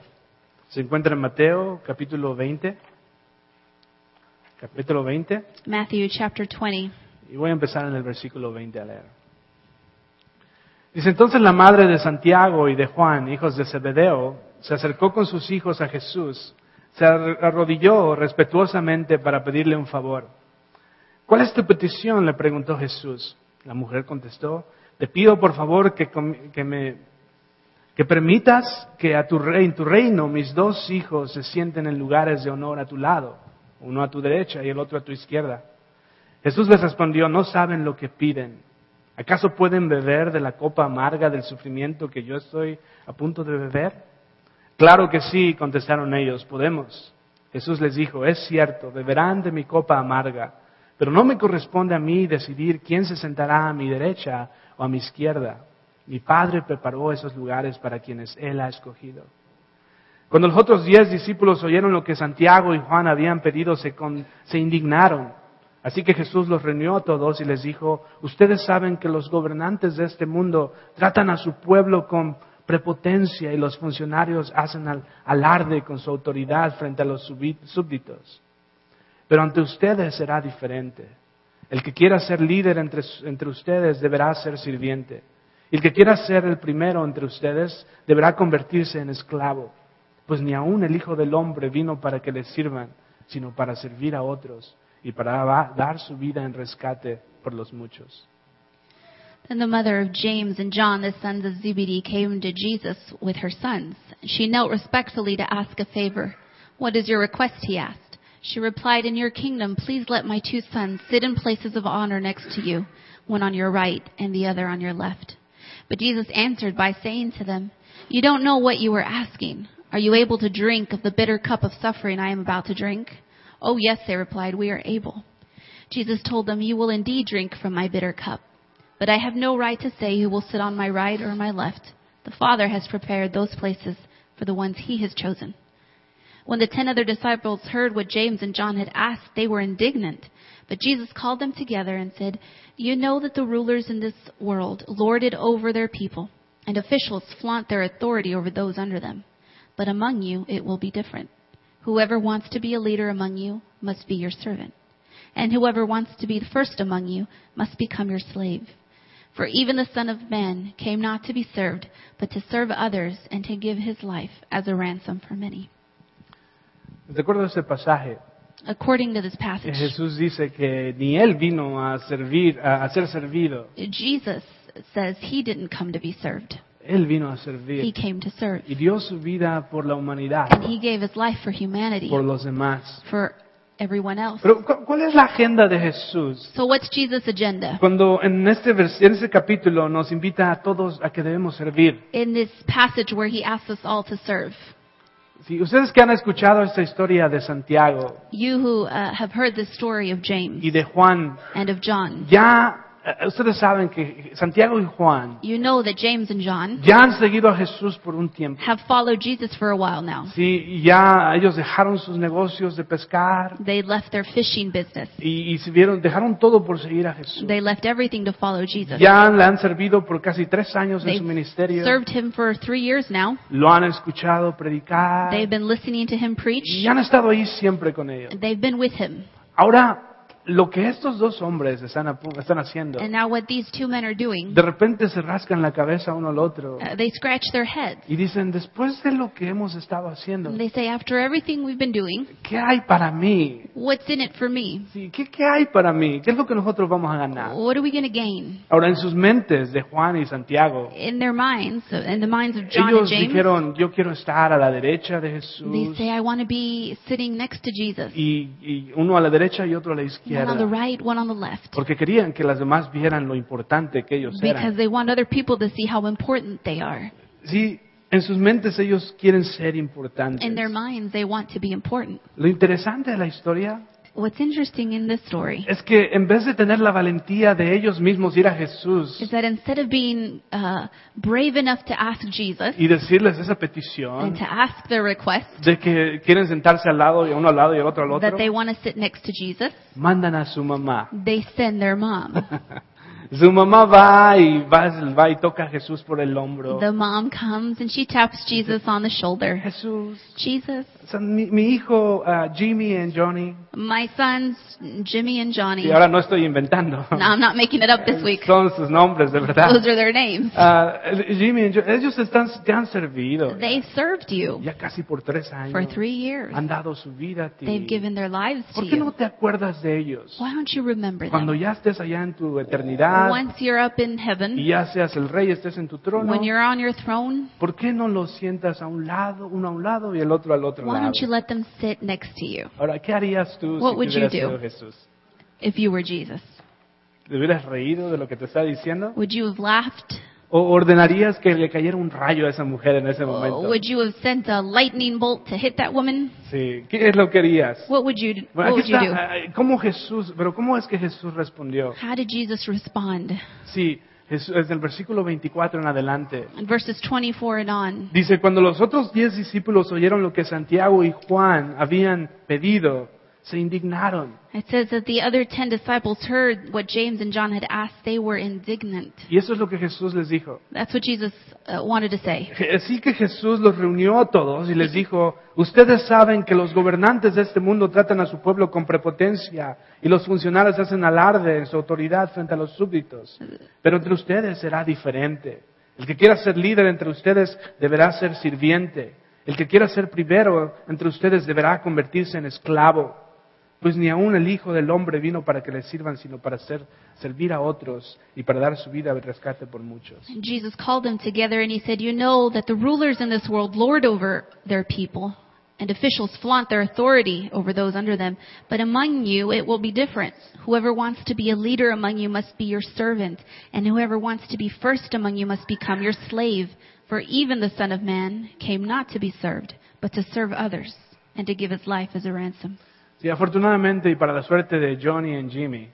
A: Se encuentra en Mateo capítulo 20, capítulo 20,
B: Matthew chapter 20.
A: y voy a empezar en el versículo 20 a leer. Dice entonces la madre de Santiago y de Juan, hijos de Zebedeo, se acercó con sus hijos a Jesús, se ar- arrodilló respetuosamente para pedirle un favor. ¿Cuál es tu petición? le preguntó Jesús. La mujer contestó, te pido por favor que, com- que me que permitas que a tu rey- en tu reino mis dos hijos se sienten en lugares de honor a tu lado, uno a tu derecha y el otro a tu izquierda. Jesús les respondió, no saben lo que piden. ¿Acaso pueden beber de la copa amarga del sufrimiento que yo estoy a punto de beber? Claro que sí, contestaron ellos, podemos. Jesús les dijo, es cierto, beberán de mi copa amarga, pero no me corresponde a mí decidir quién se sentará a mi derecha o a mi izquierda. Mi Padre preparó esos lugares para quienes Él ha escogido. Cuando los otros diez discípulos oyeron lo que Santiago y Juan habían pedido, se, con- se indignaron. Así que Jesús los reunió a todos y les dijo, ustedes saben que los gobernantes de este mundo tratan a su pueblo con prepotencia y los funcionarios hacen al- alarde con su autoridad frente a los subi- súbditos. Pero ante ustedes será diferente. El que quiera ser líder entre, entre ustedes deberá ser sirviente. Y el que quiera ser el primero entre ustedes deberá convertirse en esclavo. Pues ni aun el Hijo del Hombre vino para que le sirvan, sino para servir a otros y para va- dar su vida en rescate por los muchos.
B: Then the mother of James and John, the sons of Zebedee, came to Jesus with her sons. She knelt respectfully to ask a favor. What is your request? he asked. She replied, In your kingdom, please let my two sons sit in places of honor next to you, one on your right and the other on your left. But Jesus answered by saying to them, You don't know what you are asking. Are you able to drink of the bitter cup of suffering I am about to drink? Oh, yes, they replied, we are able. Jesus told them, You will indeed drink from my bitter cup. But I have no right to say who will sit on my right or my left. The Father has prepared those places for the ones he has chosen. When the ten other disciples heard what James and John had asked, they were indignant. But Jesus called them together and said, You know that the rulers in this world lord it over their people, and officials flaunt their authority over those under them. But among you it will be different. Whoever wants to be a leader among you must be your servant, and whoever wants to be the first among you must become your slave. For even the Son of Man came not to be served, but to serve others and to give his life as a ransom for many.
A: De acuerdo a ese pasaje,
B: According to this
A: eh,
B: passage,
A: Jesús dice que ni Él vino a, servir, a, a ser servido,
B: Jesus says he didn't come to be served.
A: Él vino a
B: He
A: servir
B: came to serve.
A: y dio su vida por la humanidad,
B: And he gave his life for humanity,
A: por los demás.
B: for everyone else.
A: Pero ¿cu- ¿cuál es la agenda de Jesús?
B: So what's Jesus' agenda?
A: Cuando en este, vers- en este capítulo nos invita a todos a que debemos servir.
B: In this passage where he asks us all to serve.
A: Si ustedes que han escuchado esta historia de Santiago
B: You who uh, have heard the story of James
A: y de Juan,
B: and of John,
A: ya eh, ustedes saben que Santiago y Juan
B: you know that James and John
A: ya han seguido a Jesús por un tiempo.
B: have followed Jesus for a while now.
A: Sí, ya ellos dejaron sus negocios de pescar
B: They left their fishing business.
A: y, y se vieron, dejaron todo por seguir a Jesús.
B: They left everything to follow Jesus.
A: Ya le han servido por casi tres años en
B: They've
A: su ministerio.
B: served him for three years now.
A: Lo han escuchado predicar
B: They've been listening to him preach.
A: y han estado ahí siempre con ellos.
B: They've been with him.
A: Ahora, lo que estos dos hombres están, a pu- están haciendo,
B: And now what these two men are doing,
A: de repente se rascan la cabeza uno al otro
B: uh, they scratch their heads.
A: y dicen, después de lo que hemos estado haciendo,
B: And they say, after everything we've been doing,
A: ¿qué hay para mí?
B: what's in it for me?
A: Sí, ¿qué, ¿Qué hay para mí? ¿Qué es lo que nosotros vamos a ganar?
B: What are we going to gain?
A: Ahora, en sus mentes de Juan y Santiago,
B: In their minds, uh, in the minds of John and
A: ellos
B: James,
A: dijeron, yo quiero estar a la derecha de
B: they
A: Jesús.
B: say, I want to be sitting next to Jesus.
A: Y, y uno a la derecha y otro a la
B: One on the
A: izquierda.
B: right, one on the left.
A: Porque querían que las demás vieran lo importante que ellos
B: Because
A: eran.
B: they want other people to see how important they are.
A: Sí, en sus mentes ellos quieren ser
B: In their
A: importantes.
B: minds, they want to be important.
A: Lo interesante de la historia
B: What's interesting in this story
A: es que en vez de tener la valentía de ellos mismos ir a Jesús
B: is that instead of being uh, brave enough to ask Jesus
A: y decirles esa
B: and
A: petición
B: to ask their request
A: de que quieren sentarse al lado y a uno al lado y al otro al
B: that
A: otro,
B: they want to sit next to Jesus,
A: mandan a su mamá.
B: they send their mom.
A: Su mamá va y va, va y toca a Jesús por el hombro.
B: The mom comes and she taps Jesus on the shoulder.
A: Jesús,
B: Jesus,
A: son mi, mi hijo ah, Jimmy and Johnny.
B: my sons Jimmy and Johnny.
A: Y ahora no estoy inventando.
B: No, I'm not making it up this week.
A: Son sus nombres, de verdad.
B: Those are their names.
A: Ah, Jimmy and Johnny, ellos están, te han servido
B: They've served you
A: ya casi por tres años.
B: for three years.
A: Han dado su vida a ti.
B: They've given their lives to
A: ¿Por qué no
B: you.
A: te acuerdas de ellos?
B: Why don't you remember
A: Cuando
B: them?
A: ya estés allá en tu eternidad
B: Once you're up
A: y
B: in heaven,
A: ya seas el rey, estés en tu trono,
B: when you're on your throne,
A: ¿por qué no los sientas a un lado, uno a un lado y el otro al otro
B: why
A: lado?
B: don't you let them sit next to you
A: Ahora, ¿qué harías tú
B: What
A: si
B: would you
A: hubieras
B: do?
A: sido Jesús?
B: if you were Jesus?
A: ¿Te hubieras reído de lo que te está diciendo?
B: Would you have laughed?
A: ¿O ordenarías que le cayera un rayo a esa mujer en ese
B: Or
A: momento?
B: Oh, Would you have sent a lightning bolt to hit that woman?
A: Sí, ¿qué es lo que harías?
B: What would you
A: Bueno,
B: What
A: aquí
B: would
A: está,
B: you do?
A: ah, ah, ¿cómo Jesús, pero cómo es que Jesús respondió?
B: How did Jesus respond?
A: Sí, Jesús, desde el versículo 24 en adelante.
B: In verses 24 and on.
A: Dice, cuando los otros diez discípulos oyeron lo que Santiago y Juan habían pedido, se indignaron.
B: It says that the other ten disciples heard what James and John had asked. They were indignant.
A: Y eso es lo que Jesús les dijo.
B: That's what Jesus uh, wanted to say.
A: Je- Así Eh, que Jesús los reunió a todos y les dijo, ustedes saben que los gobernantes de este mundo tratan a su pueblo con prepotencia y los funcionarios hacen alarde de su autoridad frente a los súbditos. Pero entre ustedes será diferente. El que quiera ser líder entre ustedes deberá ser sirviente. El que quiera ser primero entre ustedes deberá convertirse en esclavo. Pues ni aun el Hijo del Hombre vino para que le sirvan, sino para ser, servir a otros y para dar su vida al rescate por muchos.
B: And Jesus called them together and he said, You know that the rulers in this world lord over their people, and officials flaunt their authority over those under them. But among you it will be different. Whoever wants to be a leader among you must be your servant, and whoever wants to be first among you must become your slave. For even the Son of Man came not to be served, but to serve others, and to give his life as a ransom.
A: Sí, afortunadamente y para la suerte de Johnny y Jimmy,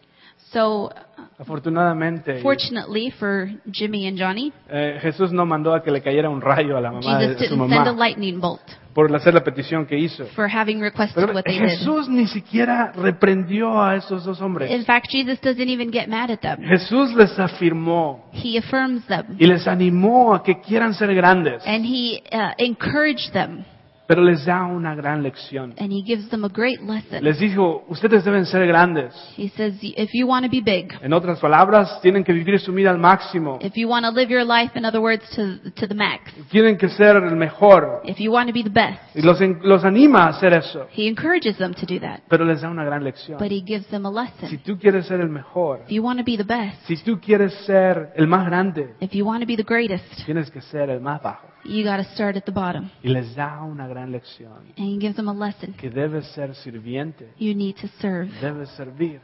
B: So, uh,
A: Afortunadamente,
B: Fortunately for Jimmy and Johnny,
A: eh, Jesús no mandó a que le cayera un rayo a la mamá
B: Jesus
A: de su
B: didn't send a
A: mamá
B: lightning bolt
A: por hacer la petición que hizo.
B: for having requested
A: Pero
B: what they did.
A: Jesús ni siquiera reprendió a esos dos
B: In
A: hombres.
B: fact, Jesus doesn't even get mad at them.
A: Jesús les afirmó
B: He affirms them
A: y les animó a que quieran ser grandes,
B: and he uh, encouraged them
A: pero les da una gran lección.
B: and he gives them a great lesson.
A: Les dijo, ustedes deben ser grandes.
B: He says, if you want to be big,
A: En otras palabras, tienen que vivir su vida al máximo.
B: if you want to live your life, in other words, to, to the max,
A: Tienen que ser el mejor.
B: if you want to be the best,
A: Y los, en- los anima a hacer eso,
B: he encourages them to do that.
A: pero les da una gran lección.
B: But he gives them a
A: Si
B: lesson.
A: tú quieres ser el mejor,
B: If you want to be the best,
A: si tú quieres ser el más grande,
B: if you want to be the greatest,
A: tienes que ser el más bajo.
B: you got to start at the bottom.
A: Y les da una gran lección,
B: And he gives them a lesson.
A: que debes ser sirviente,
B: You need to serve.
A: debes servir,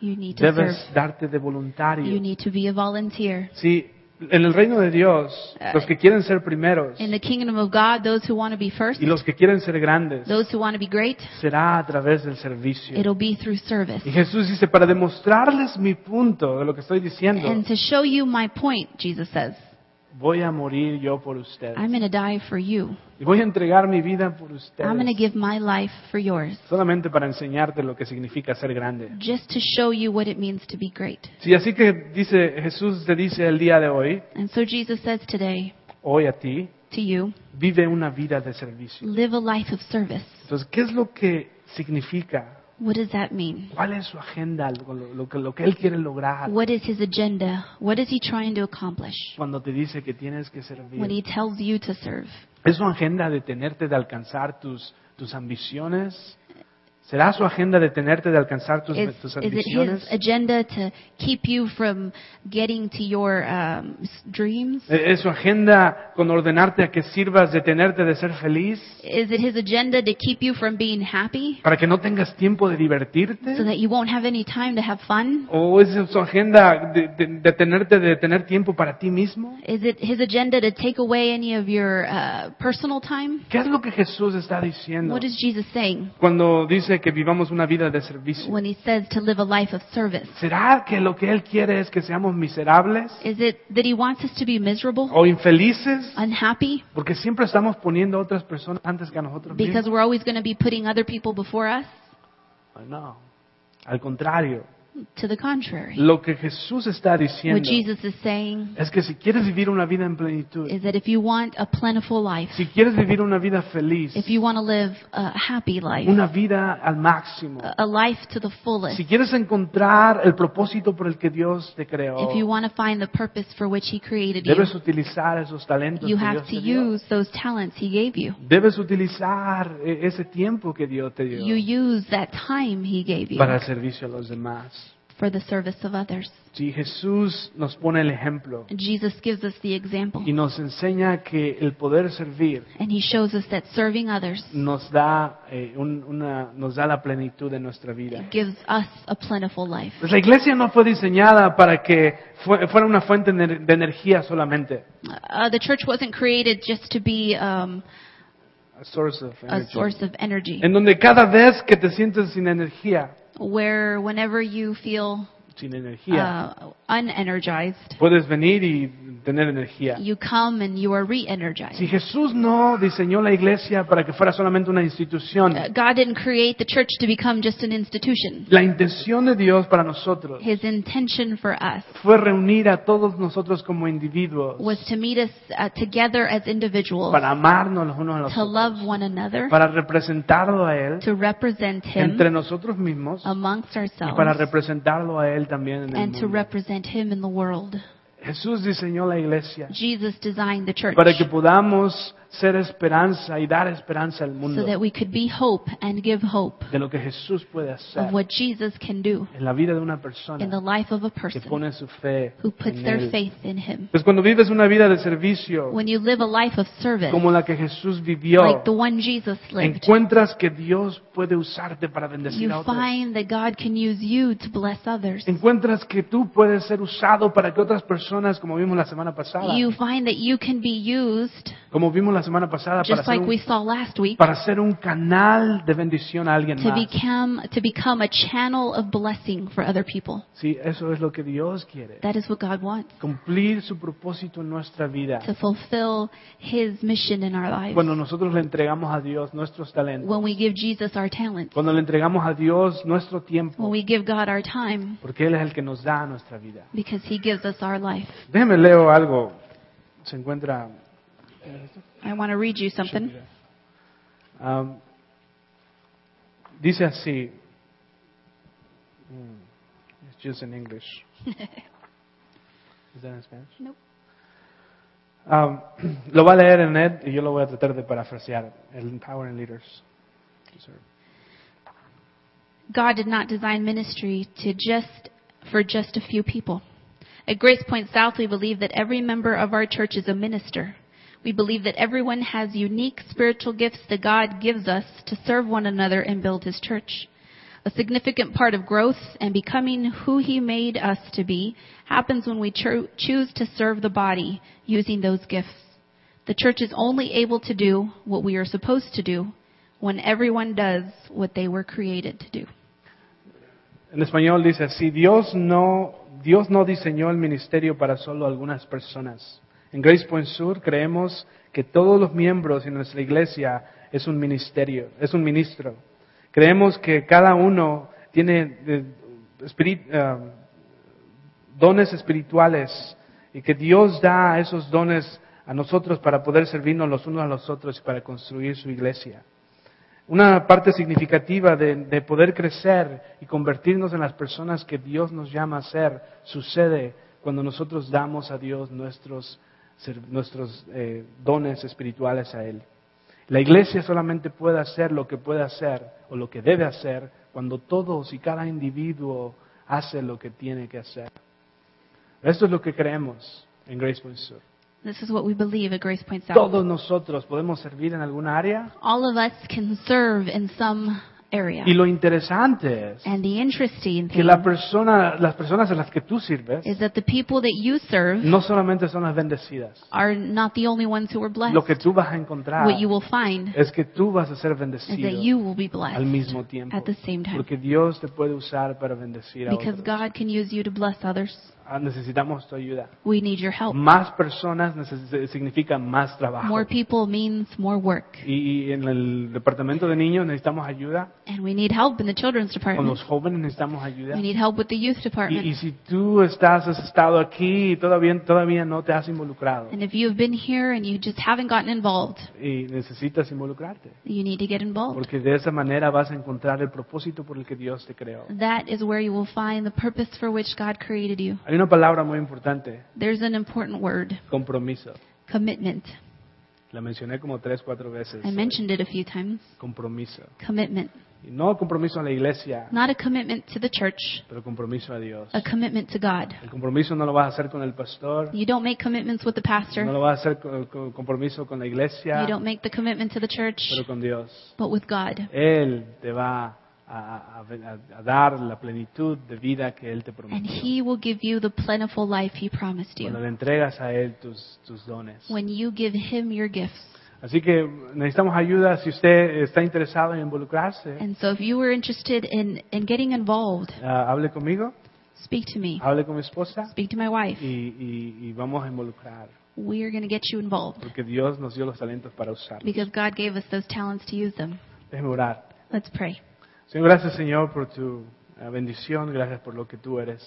B: You need to
A: debes
B: serve.
A: darte de
B: You
A: voluntario.
B: need to be a volunteer.
A: Sí, en el reino de Dios,
B: Uh,
A: los que quieren ser primeros
B: In the kingdom of God, those who want to be first,
A: y los que quieren ser grandes,
B: those who want to be great,
A: será a través del servicio.
B: it'll be through service.
A: Y Jesús dice, para demostrarles mi punto de lo que estoy diciendo,
B: And to show you my point, Jesus says,
A: voy a morir yo por ustedes.
B: I'm going to die for you.
A: Y voy a entregar mi vida por
B: I'm going to
A: ustedes.
B: give my life for yours,
A: Solamente para enseñarte lo que significa ser grande.
B: just to show you what it means to be great.
A: Sí, así que dice Jesús te dice el día de hoy,
B: And so Jesus says today
A: hoy a ti,
B: to you,
A: vive una vida de servicio.
B: live a life of service.
A: Entonces, ¿qué es lo que significa?
B: What does that mean?
A: ¿Cuál es su agenda? Lo, lo- lo que, lo que él quiere lograr
B: What is his agenda? What is he trying to accomplish
A: cuando te dice que tienes que
B: when
A: servir.
B: he tells you to serve?
A: ¿Es su agenda de tenerte de alcanzar tus, tus ambiciones? ¿Será su agenda de tenerte de alcanzar tus,
B: Is, is
A: tus
B: it his
A: ambiciones?
B: agenda to keep you from getting to your um, s- dreams?
A: ¿E- ¿Es su agenda con ordenarte a que sirvas, detenerte de ser feliz?
B: Is it his agenda to keep you from being happy
A: ¿Para que no tengas tiempo de
B: so
A: divertirte?
B: that you won't have any time to have fun?
A: ¿O es su agenda de, de- de tenerte, de tener tiempo para ti mismo?
B: Is it his agenda to take away any of your uh, personal time?
A: ¿Qué es lo que Jesús está diciendo
B: What is Jesus saying
A: cuando dice que vivamos una vida de servicio?
B: when he says to live a life of service?
A: ¿Será que lo que Él quiere es que seamos miserables
B: Is it that he wants us to be miserable,
A: o infelices?
B: unhappy,
A: Porque siempre estamos poniendo a otras personas antes que a nosotros
B: because
A: mismos.
B: we're always going to be putting other people before us?
A: No, al contrario.
B: To the contrary.
A: Lo que Jesús está
B: What
A: diciendo
B: Jesus is saying
A: es que si quieres vivir una vida en plenitud,
B: is that if you want a plentiful life,
A: Si quieres vivir una vida feliz,
B: if you want to live a happy life,
A: una vida al máximo,
B: a a life to the fullest,
A: si quieres encontrar el propósito por el que Dios te creó,
B: if you want to find the purpose for which he created you,
A: debes utilizar esos talentos
B: you
A: que
B: have
A: Dios
B: to
A: te dio.
B: use those talents he gave you.
A: Debes utilizar eh, ese tiempo que Dios te dio
B: You use that time he gave you
A: para el servicio a los demás.
B: for the service of others.
A: Si Jesús nos pone el ejemplo
B: Jesus gives us the example,
A: y nos enseña que el poder servir
B: and he shows us that serving others
A: nos da, eh, un- una, nos da la plenitud de nuestra vida.
B: gives us a plentiful life.
A: Pues la iglesia no fue diseñada para que fue- fuera una fuente ener- de energía solamente.
B: Uh, the church wasn't created just to be um,
A: A source of
B: a
A: energy.
B: source of energy,
A: En donde cada vez que te sientes sin energía,
B: where whenever you feel
A: sin energía,
B: uh, unenergized,
A: puedes venir y tener energía.
B: you come and you are re-energized.
A: Si Jesús no diseñó la iglesia para que fuera solamente una institución,
B: Uh, God didn't create the church to become just an institution.
A: la intención de Dios para nosotros
B: His intention for us
A: fue reunir a todos nosotros como individuos
B: was to meet us uh, together as individuals,
A: para amarnos los unos a los
B: to
A: otros,
B: love one another,
A: para representarlo a Él
B: to represent Him
A: entre nosotros mismos
B: amongst
A: y para
B: ourselves,
A: representarlo a Él también en el
B: and to
A: mundo.
B: represent Him in the world.
A: Jesús diseñó la iglesia
B: Jesus designed the church
A: para que podamos ser esperanza y dar esperanza al mundo
B: so that we could be hope and give hope
A: de lo que Jesús puede hacer
B: of what Jesus can do
A: en la vida de una
B: in
A: persona
B: the life of a
A: que
B: person
A: pone su fe
B: who puts
A: en
B: their
A: Él.
B: faith in Him.
A: Pues cuando vives una vida de servicio
B: When you live a life of service,
A: como la que Jesús vivió,
B: like the one Jesus lived,
A: encuentras que Dios puede usarte para bendecir
B: you
A: a otros.
B: find that God can use you to bless others.
A: Encuentras que tú puedes ser usado para que otras personas, como vimos la semana pasada,
B: You find that you can be used
A: como vimos la semana pasada para
B: just
A: ser,
B: like we
A: un,
B: saw last week,
A: para ser un canal de bendición a alguien
B: to
A: más.
B: become, to become a channel of blessing for other people.
A: Sí, eso es lo que Dios quiere.
B: That is what God wants,
A: Cumplir su propósito en nuestra vida.
B: to fulfill His mission in our lives.
A: Cuando nosotros le entregamos a Dios nuestros talentos.
B: When we give Jesus our talents,
A: Cuando le entregamos a Dios nuestro
B: when
A: tiempo.
B: we give God our time,
A: Porque Él es el que nos da nuestra vida.
B: because He gives us our life.
A: Déjeme leo algo. Se encuentra. eh,
B: I want to read you something.
A: Am, Um, dice así. Mm, It's just in English. Is that in Spanish?
B: Nope.
A: Am, lo va a leer en net y yo lo voy a tratar de parafrasear. El Empowering Leaders.
B: God did not design ministry to just for just a few people. At Grace Point South, we believe that every member of our church is a minister. We believe that everyone has unique spiritual gifts that God gives us to serve one another and build his church. A significant part of growth and becoming who he made us to be happens when we cho- choose to serve the body using those gifts. The church is only able to do what we are supposed to do when everyone does what they were created to do.
A: En español dice así, Dios no, Dios no diseñó el ministerio para solo algunas personas. En Grace Point Sur creemos que todos los miembros en nuestra iglesia es un ministerio, es un ministro. Creemos que cada uno tiene eh, espiri- eh, dones espirituales y que Dios da esos dones a nosotros para poder servirnos los unos a los otros y para construir su iglesia. Una parte significativa de, de poder crecer y convertirnos en las personas que Dios nos llama a ser sucede cuando nosotros damos a Dios nuestros, ser- nuestros eh, dones espirituales a Él. La iglesia solamente puede hacer lo que puede hacer o lo que debe hacer cuando todos y cada individuo hace lo que tiene que hacer. Esto es lo que creemos en Grace Point Sur.
B: This is what we believe at Grace Point South.
A: Todos nosotros podemos servir en alguna área
B: All of us can serve in some area.
A: y lo interesante es
B: And the interesting
A: que
B: thing
A: la persona, las personas a las que tú sirves
B: is that the people that you serve
A: no solamente son las bendecidas.
B: are not the only ones who are blessed.
A: Lo que tú vas a encontrar
B: What you will find
A: es que tú vas a ser
B: is that
A: bendecido
B: you will be
A: al
B: blessed
A: mismo tiempo.
B: at the same time
A: Porque Dios te puede usar para bendecir a
B: because
A: otros.
B: God can use you to bless others.
A: Ah, Necesitamos tu ayuda.
B: We need your help.
A: Más personas neces- significa más trabajo.
B: Oh. More people means more work.
A: Y y en el departamento de niños necesitamos ayuda.
B: And we need help in the children's
A: Con
B: department.
A: los jóvenes necesitamos ayuda.
B: We need help with the youth
A: Y, y
B: department.
A: si tú estás, has estado aquí y todavía, todavía no te has involucrado
B: And if you've been here and you just haven't gotten involved,
A: y necesitas involucrarte,
B: you need to get involved.
A: Porque de esa manera vas a encontrar el propósito por el que Dios te creó.
B: That is where you will find the purpose for which God created you.
A: Hay una palabra muy importante,
B: There's an important word,
A: compromiso.
B: commitment.
A: La mencioné como tres, cuatro veces.
B: I mentioned it a few times.
A: Compromiso.
B: Commitment.
A: Y no compromiso a la iglesia,
B: Not a commitment to the church,
A: pero compromiso a Dios.
B: a commitment to God.
A: El compromiso no lo vas a hacer con el pastor,
B: You don't make commitments with the
A: no
B: pastor.
A: lo vas a hacer con, con- compromiso con la iglesia,
B: You don't make the commitment to the church,
A: pero con Dios.
B: but with God.
A: Él te va a, a- a- a dar la plenitud de vida que Él te
B: And
A: prometió.
B: He will give you the plentiful life He promised
A: Cuando
B: you
A: le entregas a Él tus, tus dones.
B: when you give Him your gifts.
A: Así que necesitamos ayuda si usted está interesado en involucrarse.
B: And so if you were interested in, in getting involved,
A: ah, hable conmigo,
B: speak to me.
A: hable con mi esposa
B: Speak to my wife.
A: y, y- y vamos a involucrar,
B: We are going to get you involved
A: porque Dios nos dio los talentos para usarlos.
B: because God gave us those talents to use them.
A: Déjeme orar.
B: Let's pray.
A: Señor, gracias Señor por tu ah, bendición, gracias por lo que tú eres,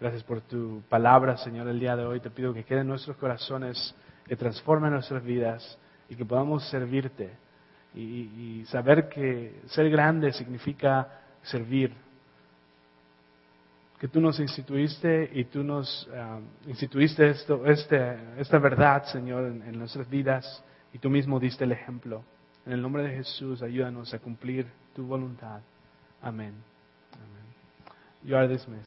A: gracias por tu palabra Señor el día de hoy. Te pido que quede en nuestros corazones, que transforme nuestras vidas y que podamos servirte y, y- y saber que ser grande significa servir. Que tú nos instituiste y tú nos ah, instituiste esto, este, esta verdad, Señor, en- en nuestras vidas y tú mismo diste el ejemplo. En el nombre de Jesús, ayúdanos a cumplir tu voluntad. Amén. Amén. You are dismissed.